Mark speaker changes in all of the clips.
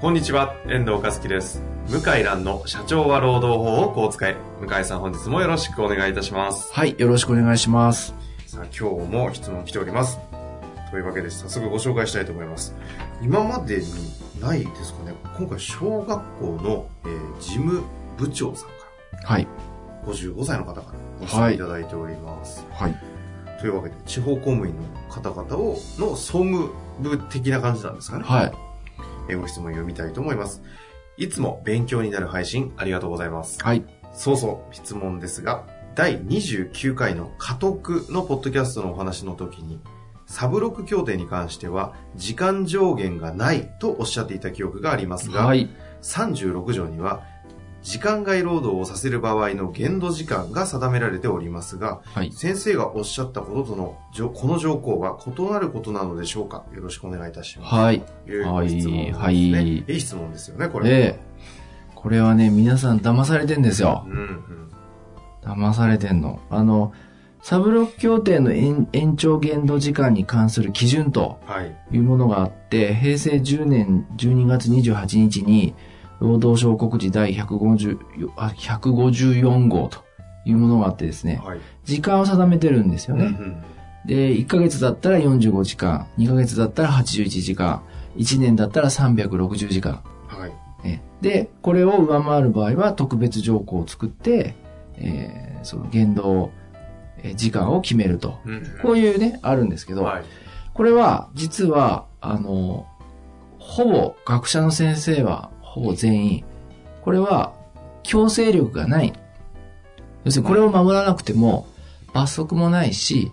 Speaker 1: こんにちは、遠藤和樹です。向井蘭の社長は労働法をこう使え。向井さん本日もよろしくお願いいたします。
Speaker 2: はい、よろしくお願いします。
Speaker 1: さあ、今日も質問来ております。というわけで早速ご紹介したいと思います。今までにないですかね、今回小学校の、えー事務部長さんか
Speaker 2: はい、
Speaker 1: ら、55歳の方からご質問いただいております。
Speaker 2: はい、
Speaker 1: というわけで、地方公務員の方々を、の総務部的な感じなんですかね。
Speaker 2: はい。
Speaker 1: えーご質問読みたいと思います。いつも勉強になる配信ありがとうございます。
Speaker 2: はい、
Speaker 1: そうそう、質問ですが、第29回の家督のポッドキャストのお話の時に、サブロック協定に関しては、時間上限がないとおっしゃっていた記憶がありますが、
Speaker 2: はい、
Speaker 1: 36条には、時間外労働をさせる場合の限度時間が定められておりますが、
Speaker 2: はい。
Speaker 1: 先生がおっしゃったこととのじょ、この条項は異なることなのでしょうかよろしくお願いいたします。
Speaker 2: はい。
Speaker 1: という質問ですね。
Speaker 2: はいいはい
Speaker 1: い、質問ですよね、これ。
Speaker 2: で、これはね、皆さん騙されてんですよ
Speaker 1: う。んうん。
Speaker 2: 騙されてんの。あの、サブロック協定の延延長限度時間に関する基準と
Speaker 1: はい。
Speaker 2: いうものがあって、平成10年12月28日に、労働省告示第150あ154号というものがあってですね、
Speaker 1: はい。
Speaker 2: 時間を定めてるんですよね。
Speaker 1: うん
Speaker 2: で、1ヶ月だったら45時間、2ヶ月だったら81時間、1年だったら360時間。
Speaker 1: うんはい。
Speaker 2: ねで、これを上回る場合は特別条項を作って、えーその限度を、えー時間を決めると。
Speaker 1: うん
Speaker 2: こういうね、あるんですけど、
Speaker 1: はい。
Speaker 2: これは実は、あの、ほぼ学者の先生はほぼ全員、これは強制力がない。要するにこれを守らなくても罰則もないし、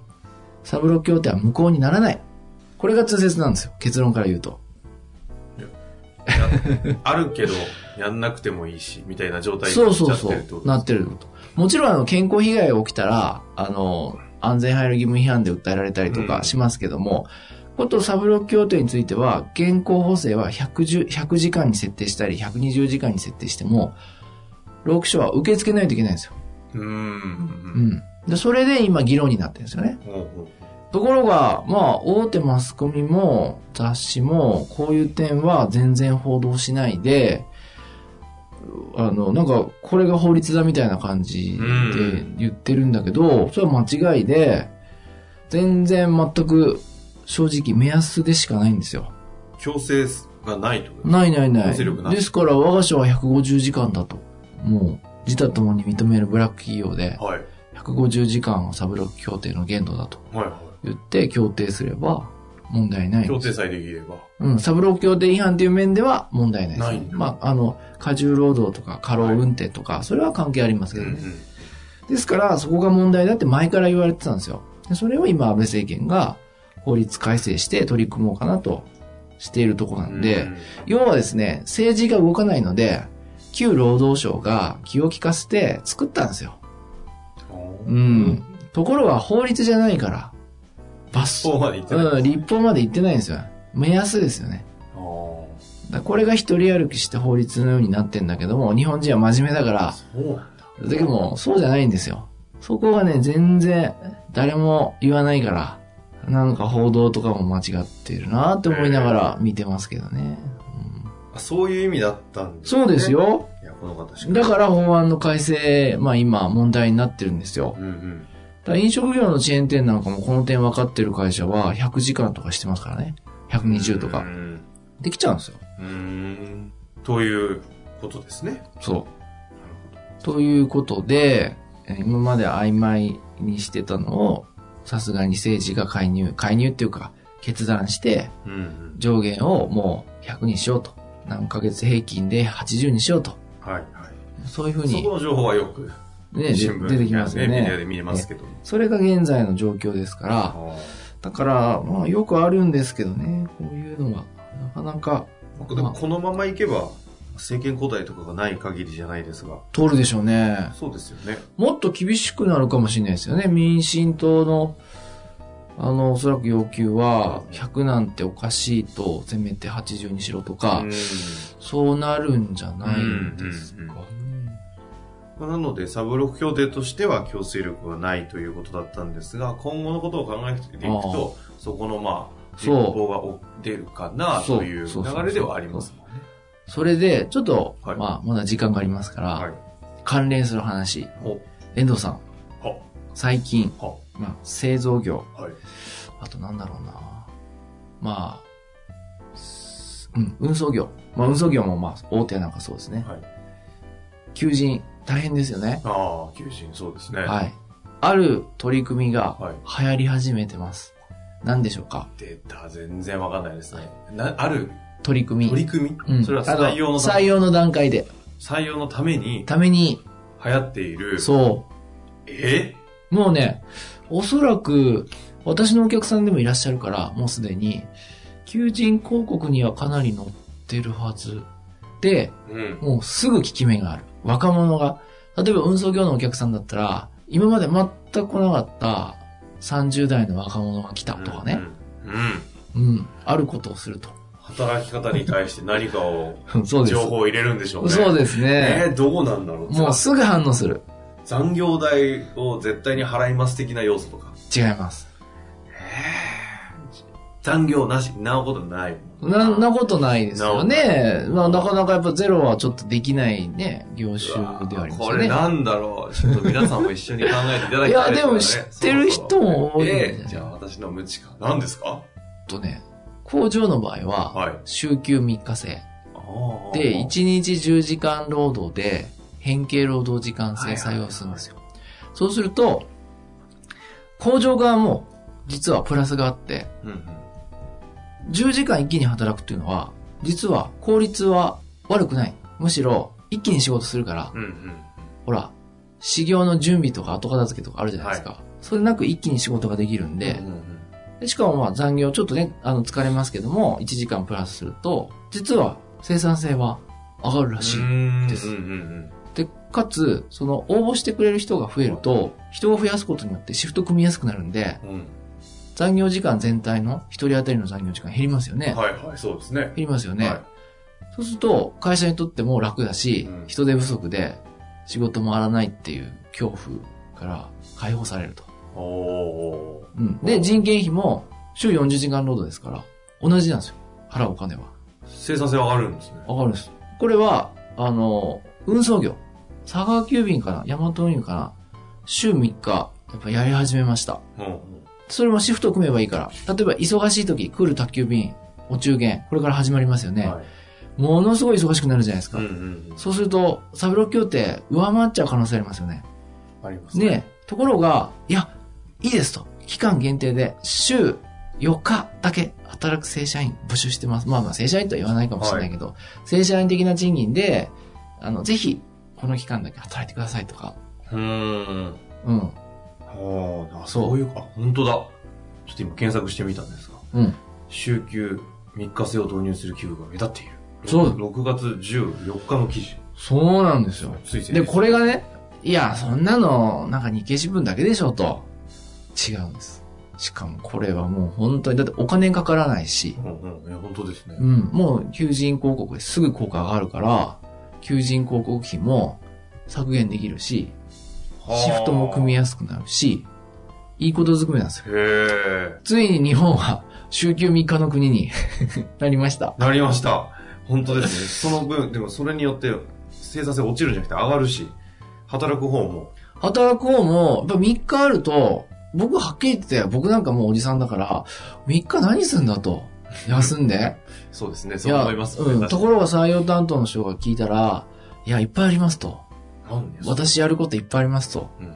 Speaker 2: サブロック協定は無効にならない。これが通説なんですよ。結論から言うと。
Speaker 1: あるけど、やんなくてもいいし、みたいな状態に
Speaker 2: そ
Speaker 1: な
Speaker 2: う
Speaker 1: っちゃ
Speaker 2: そう
Speaker 1: って
Speaker 2: そ
Speaker 1: るってこ
Speaker 2: う。
Speaker 1: と
Speaker 2: なってること。もちろんあの健康被害が起きたら、あの、安全配慮義務違反で訴えられたりと
Speaker 1: うん
Speaker 2: かしますけども、ことサブロック協定については、現行補正は 110, 100時間に設定したり、120時間に設定しても、労基署は受け付けないといけないんですよ。
Speaker 1: うー。
Speaker 2: うんん。で、それで今議論になってるんですよね。
Speaker 1: ほうほ
Speaker 2: ところが、まあ、大手マスコミも雑誌も、こういう点は全然報道しないで、あの、なんか、これが法律だみたいな感じで言ってるんだけど、それは間違いで、全然全く正直目安でしかないんですよ。
Speaker 1: う強制がないってこと
Speaker 2: ないないな
Speaker 1: 強
Speaker 2: い。
Speaker 1: 制力ない
Speaker 2: ですから、我が社は150時間だと。もう、自他ともに認めるブラック企業で、
Speaker 1: はい。
Speaker 2: 150時間をサブロック協定の限度だと。
Speaker 1: はいは。
Speaker 2: 言って協定すれば問題ないい。
Speaker 1: 強制さえできれば。
Speaker 2: うん、サブロー協定違反という面では問題ないです。
Speaker 1: ないんだ
Speaker 2: まあ、あの、過重労働とか過労運転とか、それは関係あります
Speaker 1: う
Speaker 2: け
Speaker 1: ん
Speaker 2: ど
Speaker 1: う
Speaker 2: ね。
Speaker 1: ん。
Speaker 2: ですから、そこが問題だって前から言われてたんですよ。でそれを今、安倍政権が法律改正して取り組もうかなとしているところなんで、
Speaker 1: うん、
Speaker 2: 要はですね、政治が動かないので、旧労働省が気を利かせて作ったんですよ。
Speaker 1: う
Speaker 2: う
Speaker 1: ん
Speaker 2: ん。ところが法律じゃないから、罰
Speaker 1: そうまでいってない。
Speaker 2: うん、立法まで行ってないんですよ。目安ですよね。
Speaker 1: あー
Speaker 2: だからこれが一人歩きして法律のようになってんだけども、日本人は真面目だから、
Speaker 1: そうなんだ。
Speaker 2: だけども、そうじゃないんですよ。そこがね、全然誰も言わないから、なんか報道とかも間違ってるなって思いながら見てますけどね。うん
Speaker 1: あそういう意味だったんですね
Speaker 2: そうです。よ。
Speaker 1: いや、この方し
Speaker 2: だから法案の改正、まあ今問題になってるんですよ。
Speaker 1: うんうん。
Speaker 2: だから飲食業のチェーン店なんかもこの点分かってる会社は100時間とかしてますからね。120と
Speaker 1: う
Speaker 2: か。
Speaker 1: ん
Speaker 2: できちゃうんですよ。
Speaker 1: うーん。ということですね。
Speaker 2: そう。
Speaker 1: なるほど。
Speaker 2: ということで、えー今まで曖昧にしてたのを、さすがに政治が介入、介入っていうか、決断して、
Speaker 1: うんうん。
Speaker 2: 上限をもう100にしようと。何ヶ月平均で80にしようと。
Speaker 1: はいはい。
Speaker 2: そういうふう
Speaker 1: そこ
Speaker 2: に、
Speaker 1: の情報はよく
Speaker 2: ね、で
Speaker 1: 新聞
Speaker 2: 出てきますよ
Speaker 1: やメディア
Speaker 2: ね。
Speaker 1: で見れますけど。
Speaker 2: それが現在の状況ですから、だから、まあ、よくあるんですけどね、こういうのが、なかなか
Speaker 1: 僕でもこのままいけば、政権交代とかがない限りじゃないですが、
Speaker 2: 通るでしょうね。
Speaker 1: そうですよね。
Speaker 2: もっと厳しくなるかもしれないですよね。民進党の、あの、おそらく要求は、100なんておかしいと、せめて80にしろとか、
Speaker 1: うん
Speaker 2: そうなるんじゃないんですかね。
Speaker 1: まあなので、サブロック協定としては強制力はないということだったんですが、今後のことを考えていくと、そこのまあ、実
Speaker 2: そう
Speaker 1: 行がお出るかな
Speaker 2: そう
Speaker 1: という流れではありますもんね。
Speaker 2: それで、ちょっと、
Speaker 1: はい
Speaker 2: まあ、まだ時間がありますから、
Speaker 1: はい。
Speaker 2: 関連する話。
Speaker 1: お、
Speaker 2: 遠藤さん、
Speaker 1: は、
Speaker 2: 最近、
Speaker 1: は、
Speaker 2: まあ、製造業、
Speaker 1: はい。
Speaker 2: あとなんだろうな。まあ、すうん、運送業。まあ、運送業もまあ、大手なんかそうですね。
Speaker 1: はい
Speaker 2: 求人、大変ですよね。
Speaker 1: ああ、求人、そうですね。
Speaker 2: はい。ある取り組みが
Speaker 1: はい
Speaker 2: 流行り始めてます。何でしょうか
Speaker 1: 出た、全然わかんないですね。な、ある
Speaker 2: 取り組み。
Speaker 1: 取り組み、
Speaker 2: うん
Speaker 1: それは
Speaker 2: あの
Speaker 1: 採用のた
Speaker 2: 採
Speaker 1: め
Speaker 2: 用の段階で。
Speaker 1: 採用のために
Speaker 2: ために、
Speaker 1: 流行っている。
Speaker 2: そ
Speaker 1: え
Speaker 2: う。もうね、おそらく、私のお客さんでもいらっしゃるから、もうすでに、求人広告にはかなり載ってるはず。で、
Speaker 1: うん。
Speaker 2: もうすぐ効き目がある。若者が。例えば運送業のお客さんだったら、今まで全く来なかった30代の若者が来たとかね。
Speaker 1: うん。うん。
Speaker 2: うん。あることをすると。
Speaker 1: 働き方に対して何かを、
Speaker 2: そうです。
Speaker 1: 情報を入れるんでしょうね。
Speaker 2: そうです
Speaker 1: え
Speaker 2: ね。
Speaker 1: ー、どうなんだろう。
Speaker 2: もうすぐ反応する。
Speaker 1: 残業代を絶対に払います的な要素とか。
Speaker 2: 違います。
Speaker 1: 残業なし、なおことない。
Speaker 2: な、なことないですよね。まあ、なかなかやっぱゼロはちょっとできないね、業種ではあります
Speaker 1: こ
Speaker 2: よ
Speaker 1: れ
Speaker 2: ね。
Speaker 1: なんだろう。ちょっと皆さんも一緒に考えていただきたいすよね、
Speaker 2: いやでも知ってる人も多いんじゃない
Speaker 1: ええじゃあ私の無知か。何ですか
Speaker 2: とね、工場の場合は、
Speaker 1: はい。
Speaker 2: 週休3日制。
Speaker 1: あー
Speaker 2: で、1日10時間労働で、変形労働時間制採用するんですよ。そうすると、工場側も、実はプラスがあって、
Speaker 1: うんうん。
Speaker 2: 10時間一気に働くっていうのは、実は効率は悪くない。むしろ、一気に仕事するから、
Speaker 1: うんうん。
Speaker 2: ほら、修行の準備とか後片付けとかあるじゃないですか。それなく一気に仕事ができるんで
Speaker 1: うん、うん
Speaker 2: でしかもまあ残業ちょっとね、あの疲れますけども、1時間プラスすると、実は生産性は上がるらしい。
Speaker 1: うん
Speaker 2: です
Speaker 1: うんうん
Speaker 2: で、かつ、その応募してくれる人が増えると、人を増やすことによってシフト組みやすくなるんで、
Speaker 1: うん。
Speaker 2: 残業時間全体の1人当たりの残業時間減りますよ
Speaker 1: う
Speaker 2: ね。
Speaker 1: ん。はいはい、そうですね。
Speaker 2: 減りますよね。
Speaker 1: は
Speaker 2: そうすると、会社にとっても楽だし、
Speaker 1: うん
Speaker 2: 人手不足で仕事回らないっていう恐怖から解放されると。
Speaker 1: い、おお
Speaker 2: うん。で、人件費も週40時間労働ですから、同じなんですよ。払うお金は。
Speaker 1: ー。生産性上がるんですね。
Speaker 2: わかるんです。これは、あの、運送業。佐川急便かなヤマト運輸かな週3日、やっぱやり始めました。
Speaker 1: うんうん。
Speaker 2: それもシフトを組めばいいから。例えば、忙しい時、クール宅急便、お中元、これから始まりますよね。
Speaker 1: はい
Speaker 2: ものすごい忙しくなるじゃないですか。
Speaker 1: うんうん
Speaker 2: そうすると、サブロック協定、上回っちゃう可能性ありますよね。
Speaker 1: うん。ありますね。
Speaker 2: ねところが、いや、いいですと。期間限定で、週4日だけ働く正社員募集してます。まあまあ、正社員とは言わないかもしれないけど、正社員的な賃金で、あの、ぜひ、この期間だけ働いてくださいとか。
Speaker 1: うーん。
Speaker 2: うん。
Speaker 1: はあ、
Speaker 2: そう
Speaker 1: そういうか。あ本当だ。ちょっと今検索してみたんですが、
Speaker 2: うん。
Speaker 1: 週休3日制を導入する企業が目立っている。
Speaker 2: そう
Speaker 1: 6月14日の記事。
Speaker 2: そうなんですよ。
Speaker 1: つい先日
Speaker 2: で、これがね、いや、そんなの、なんか日経新聞だけでしょと。違うんです。しかもこれはもう本当に、だってお金かからないし、
Speaker 1: うんうん。いや、本当ですね
Speaker 2: う。ん、もう求人広告ですぐ効果があるから、求人広告費も削減できるし、シフトも組み
Speaker 1: 合
Speaker 2: やすくなるし、いいことずくめなんですよ。
Speaker 1: わへえ。
Speaker 2: ついに日本は週休3日の国に なりました。
Speaker 1: なりました。本当ですね。その分、でもそれによって生産性落ちるんじゃなくて上がるし、働く方も。
Speaker 2: 働く方も、やっぱ3日あると、僕はっきり言って、僕なんかもうおじさんだから、3日何すんだと。休んで。
Speaker 1: そうですね。 そう思います、ね。
Speaker 2: やうん。
Speaker 1: 確
Speaker 2: と
Speaker 1: かに
Speaker 2: ころが採用担当の人が聞いたら、いや、いっぱいありますと。
Speaker 1: なんで私、
Speaker 2: 私やることいっぱいありますと。
Speaker 1: うん、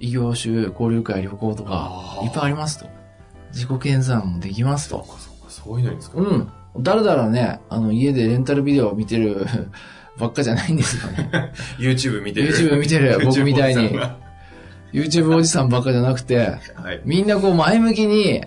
Speaker 2: 異業種、交流会、旅行とか、
Speaker 1: あー
Speaker 2: いっぱいありますと。自己研鑽もできます
Speaker 1: そう
Speaker 2: と。
Speaker 1: かそうか、そういうのに使う。
Speaker 2: う。ん。だらだらね、あの、家でレンタルビデオを見てる ばっかじゃないんです よね。
Speaker 1: YouTube 見てる。
Speaker 2: YouTube 見てる
Speaker 1: YouTube
Speaker 2: 僕みたいに
Speaker 1: おじさんが
Speaker 2: YouTube おじさんばっかじゃなくて、
Speaker 1: はい。
Speaker 2: みんなこう前向きに、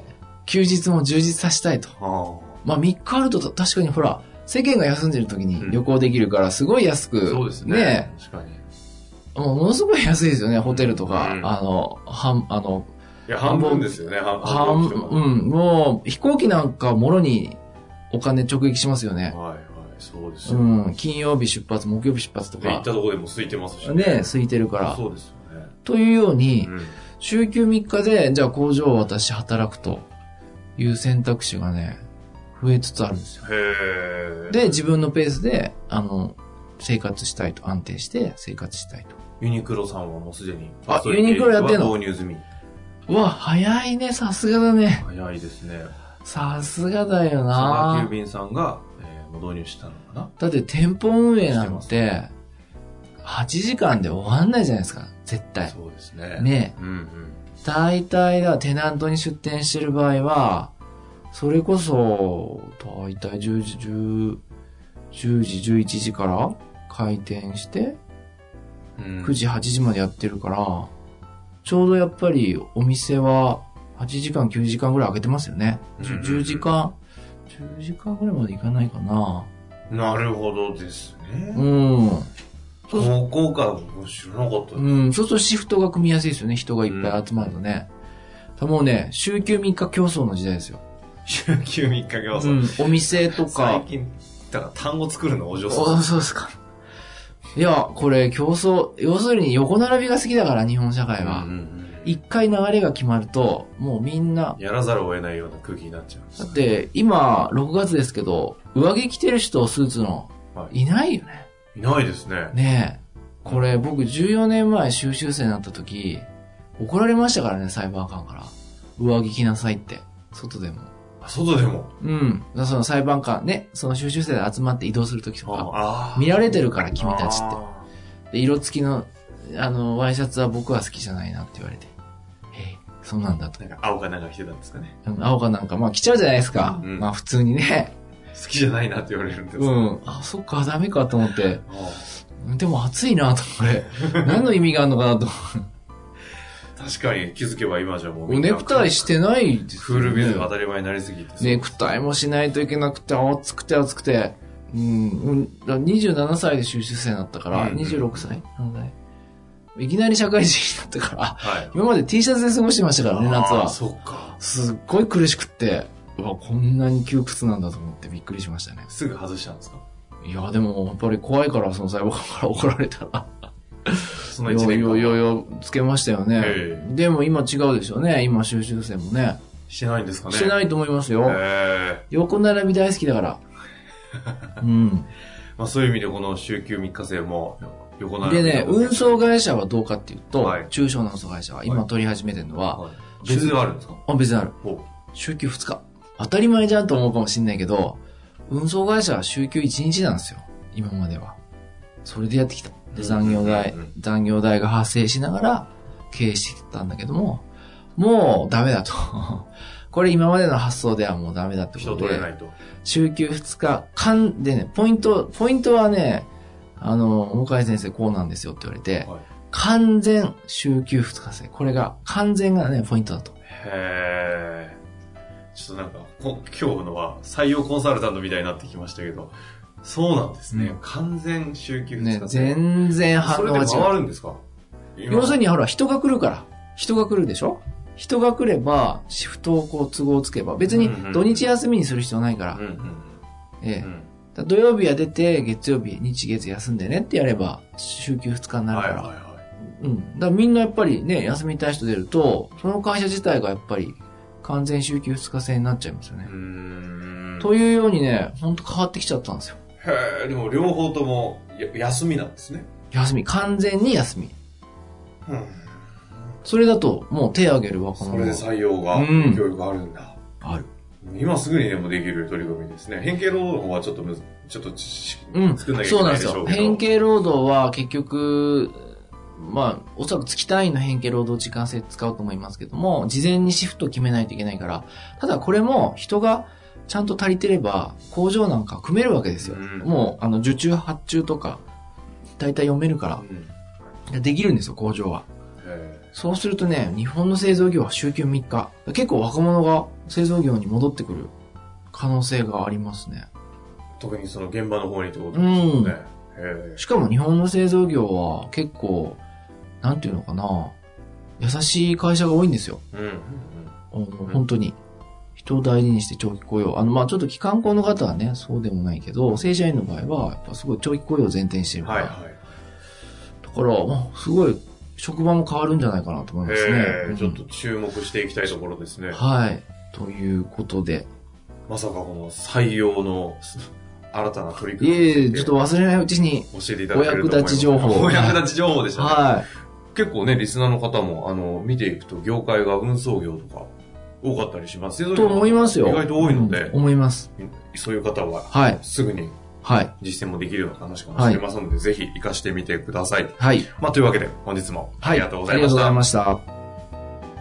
Speaker 2: 休日も充実させたいと。
Speaker 1: あ
Speaker 2: まあ3日あると確かにほら、世間が休んでる時に旅行できるから、すごい安
Speaker 1: あ
Speaker 2: く、
Speaker 1: そうですね。確かに。い
Speaker 2: もうものすごい安いですよね、ホテルとか、
Speaker 1: うん
Speaker 2: あの、半、あの、
Speaker 1: や、半分ですよね、半
Speaker 2: 半、
Speaker 1: 分。
Speaker 2: うん、もう飛行機なんかもろにお金直撃しますよね。
Speaker 1: はいはい、そうです
Speaker 2: う
Speaker 1: よ。ね
Speaker 2: ん、金曜日出発、木曜日出発と
Speaker 1: 行っ
Speaker 2: か
Speaker 1: た、とこでも空いてますし
Speaker 2: ね、空いてるから。
Speaker 1: そうですよね。
Speaker 2: というように、
Speaker 1: うん
Speaker 2: 週休3日で、じゃあ工場を私働くという選択肢がね、増えつつあるんですよ。
Speaker 1: へえ。
Speaker 2: で、自分のペースで、あの、生活したいと、安定して生活したい
Speaker 1: ユニクロさんはもうすでに、
Speaker 2: あユニクロやってんの
Speaker 1: 導入済み。
Speaker 2: と。うわ、早いね、さすがだね。
Speaker 1: 早いですね。
Speaker 2: さすがだよ
Speaker 1: 佐川
Speaker 2: な
Speaker 1: 急。便さんが、えー、もう導入したのかな
Speaker 2: だって店舗運営なん、
Speaker 1: して
Speaker 2: 8時間で終わんないじゃないですか、絶対。
Speaker 1: そうですね。
Speaker 2: ね
Speaker 1: うんうん。
Speaker 2: 大体だ、テナントに出店してる場合は、それこそ、大体10時、10、10時、11時から開店して、
Speaker 1: うん
Speaker 2: 9時、8時までやってるから、ちょうどやっぱりお店は8時間、9時間ぐらい開けてますよね。
Speaker 1: うん
Speaker 2: 10, 時間、10時間ぐらいまでいかないかな。
Speaker 1: なるほどですね。
Speaker 2: うん。そう
Speaker 1: 高校か、もう知らなかったです。
Speaker 2: うん、そうするとシフトが組みやすいですよね。人がいっぱい集まるとね。だからもうね、週休3日競争の時代ですよ。
Speaker 1: 週休3日競
Speaker 2: う
Speaker 1: 争。
Speaker 2: ん、お店と
Speaker 1: 最
Speaker 2: か。
Speaker 1: 近、だから単語作るのお上手
Speaker 2: おそうですか。いや、これ競争、要するに横並びが好きだから、日本社会は
Speaker 1: うんう。ん
Speaker 2: 一回流れが決まると、もうみんな、
Speaker 1: やらざるを得ないような空気になっちゃうんです
Speaker 2: だっ。て今、6月ですけど、上着着てる人、スーツの
Speaker 1: は、い
Speaker 2: いないよね。
Speaker 1: いないですね。
Speaker 2: ねえ。これ僕14年前修習生になった時、怒られましたからね、サイバー官から。上着着なさいって。外でも。
Speaker 1: あ外でも。
Speaker 2: うん。だからその裁判官ね、その収集生で集まって移動するときとか、
Speaker 1: あ
Speaker 2: 見
Speaker 1: ら
Speaker 2: られてるから君たちっ
Speaker 1: って。
Speaker 2: て。で、色付きの、あの、ワイシャツは僕は好きじゃないなって言われて。えー、そうなんだと
Speaker 1: な。んか青かなんか着てたんですかね。
Speaker 2: うん青かなんか、まあ着ちゃうじゃないですか。
Speaker 1: うん
Speaker 2: まあ普通にね。
Speaker 1: 好きじゃないなって言われるんですけ
Speaker 2: う
Speaker 1: ど
Speaker 2: ん。あ、そっか、ダメかと思って。
Speaker 1: あ
Speaker 2: でも暑いなと、これ。何の意味があるのかなと。
Speaker 1: あ確かに気づけば今じゃもうみんな
Speaker 2: ネクタイしてないです
Speaker 1: フ
Speaker 2: よね
Speaker 1: ルビズが当たり前になりすぎて。
Speaker 2: ネクタイもしないといけなくて、暑くて暑くて。うん、うんだから27歳で修習生になったから、
Speaker 1: うん
Speaker 2: 26歳何歳いきなり社会人になったから、
Speaker 1: はい。
Speaker 2: 今まで T シャツで過ごしてましたからね、夏
Speaker 1: あー
Speaker 2: は。
Speaker 1: そっか。
Speaker 2: すっごい苦しくって、うわ、こんなに窮屈なんだと思ってびっくりしましたね。
Speaker 1: すぐ外したんですか
Speaker 2: いや、でもやっぱり怖いから、その裁判官から怒られたら。
Speaker 1: その
Speaker 2: い
Speaker 1: 一
Speaker 2: や
Speaker 1: 年
Speaker 2: いやい
Speaker 1: 間。
Speaker 2: やいや、つけましたよね。
Speaker 1: え
Speaker 2: でも今違うでしょうね、今修習生もね。
Speaker 1: してないんですかね
Speaker 2: してないと思いますよ。
Speaker 1: ええ
Speaker 2: 横並び大好きだ から。うん。
Speaker 1: まあそういう意味でこの週休3日制も横並び
Speaker 2: でね、運送会社はどうかっていうと、
Speaker 1: はい
Speaker 2: 中小の運送会社は今取り始めてるのは、
Speaker 1: はい別があるんですか
Speaker 2: あ、別にある。
Speaker 1: お
Speaker 2: 週休2日。当たり前じゃんと思うかもしんないけど、運送会社は週休1日なんですよ。今までは。それでやってきた。で、残業代
Speaker 1: うんうん、
Speaker 2: 残業代が発生しながら経営してきたんだけども、もうダメだと。 これ今までの発想ではもうダメだってこと
Speaker 1: 人
Speaker 2: で。
Speaker 1: 取れないと。
Speaker 2: 週休2日間でね、ポイント、ポイントはね、あの、向井先生こうなんですよって言われて、
Speaker 1: はい
Speaker 2: 完全週休2日制。これが、完全がね、ポイントだと。
Speaker 1: へえ。ちょっとなんか、こ今日のは採用コンサルタントみたいになってきましたけど、そうなんですね。
Speaker 2: うん
Speaker 1: 完全週休2
Speaker 2: ね
Speaker 1: 日、制。
Speaker 2: 全然
Speaker 1: そ
Speaker 2: 反応
Speaker 1: れ
Speaker 2: が
Speaker 1: で
Speaker 2: 違
Speaker 1: 回
Speaker 2: う。
Speaker 1: るんですか
Speaker 2: 要するにほら、人が来るから。人が来るでしょ人が来れば、シフトをこう都合つけば、別に
Speaker 1: うんうん
Speaker 2: 土日休みにする必要ないから
Speaker 1: うん、うん
Speaker 2: ええ
Speaker 1: う、ん
Speaker 2: だ土曜日は出て、月曜日、日月休んでねってやれば、週休2日に
Speaker 1: うん。
Speaker 2: なる
Speaker 1: は
Speaker 2: か
Speaker 1: い
Speaker 2: ら。
Speaker 1: はいはい。
Speaker 2: うん。だからみんなやっぱりね、休みたい人出ると、その会社自体がやっぱり完全週休2日制になっちゃいますよね
Speaker 1: う。ーん。
Speaker 2: というようにね、ほんと変わってきちゃったんですよ。
Speaker 1: へえ、でも両方ともや休みなんですね。
Speaker 2: 休み、完全に休み。
Speaker 1: うん。
Speaker 2: それだと、もう手挙げる若
Speaker 1: そ
Speaker 2: 者
Speaker 1: れで
Speaker 2: が
Speaker 1: 採用が、
Speaker 2: うん
Speaker 1: 教育があるんだ。
Speaker 2: ある。
Speaker 1: 今すぐにでもできる取り組みですね。変形労働の方はちょっとむず、ちょっとちし
Speaker 2: うん。
Speaker 1: 作んなきゃい
Speaker 2: そう
Speaker 1: け
Speaker 2: なん
Speaker 1: ない
Speaker 2: で
Speaker 1: ですしょ
Speaker 2: よ。
Speaker 1: うけど。
Speaker 2: 変形労働は結局、まあ、おそらく月単位の変形労働時間制使うと思いますけども、事前にシフトを決めないといけないから、ただこれも人がちゃんと足りてれば、工場なんか組めるわけですよ。
Speaker 1: うん
Speaker 2: もう、あの、受注発注とか、大体読めるか
Speaker 1: うん。
Speaker 2: ら、できるんですよ、工場は。
Speaker 1: へえ
Speaker 2: そうするとね、日本の製造業は週休3日。結構若者が製造業に戻ってくる可能性がありますね。
Speaker 1: 特にその現場の方にってことですよね。へえ
Speaker 2: しかも日本の製造業は結構、なんていうのかな、優しい会社が多いんですよ。
Speaker 1: うんうん
Speaker 2: あの本当に。人を大事にして長期雇用。あの、まあちょっと機関工の方はね、そうでもないけど、正社員の場合は、やっぱすごい長期雇用を前提にして
Speaker 1: う
Speaker 2: る
Speaker 1: ん。
Speaker 2: か
Speaker 1: はい
Speaker 2: ら。
Speaker 1: はい。
Speaker 2: だから、まあすごい、職場も変わるんじゃないかなと思いますね。
Speaker 1: ええ
Speaker 2: うん
Speaker 1: ちょっと注目していきたいところですね。
Speaker 2: はい。ということで。
Speaker 1: まさかこの採用の新たな取り
Speaker 2: い
Speaker 1: 組み
Speaker 2: えいえ、
Speaker 1: に
Speaker 2: ち
Speaker 1: つ
Speaker 2: ょ
Speaker 1: い
Speaker 2: ってと忘れないうちに。
Speaker 1: 教えていただけると思います。
Speaker 2: お役立ち情報
Speaker 1: お役立ち情報でしたね。
Speaker 2: は
Speaker 1: 結構ね、リスナーの方も、あの、見ていくと、業界が運送業とか、多かったりします。
Speaker 2: い。と思いますよ。
Speaker 1: 意外と多いので
Speaker 2: うん、思います。
Speaker 1: そういう方は、
Speaker 2: はい。
Speaker 1: すぐに
Speaker 2: はい。
Speaker 1: 実践もできるような話かもしれませんので、ぜひ活かしてみてください。
Speaker 2: はい。
Speaker 1: まあ、というわけで、本日もありがとうござ
Speaker 2: あ
Speaker 1: い
Speaker 2: りが
Speaker 1: まし
Speaker 2: とうご
Speaker 1: た
Speaker 2: ざい。ました。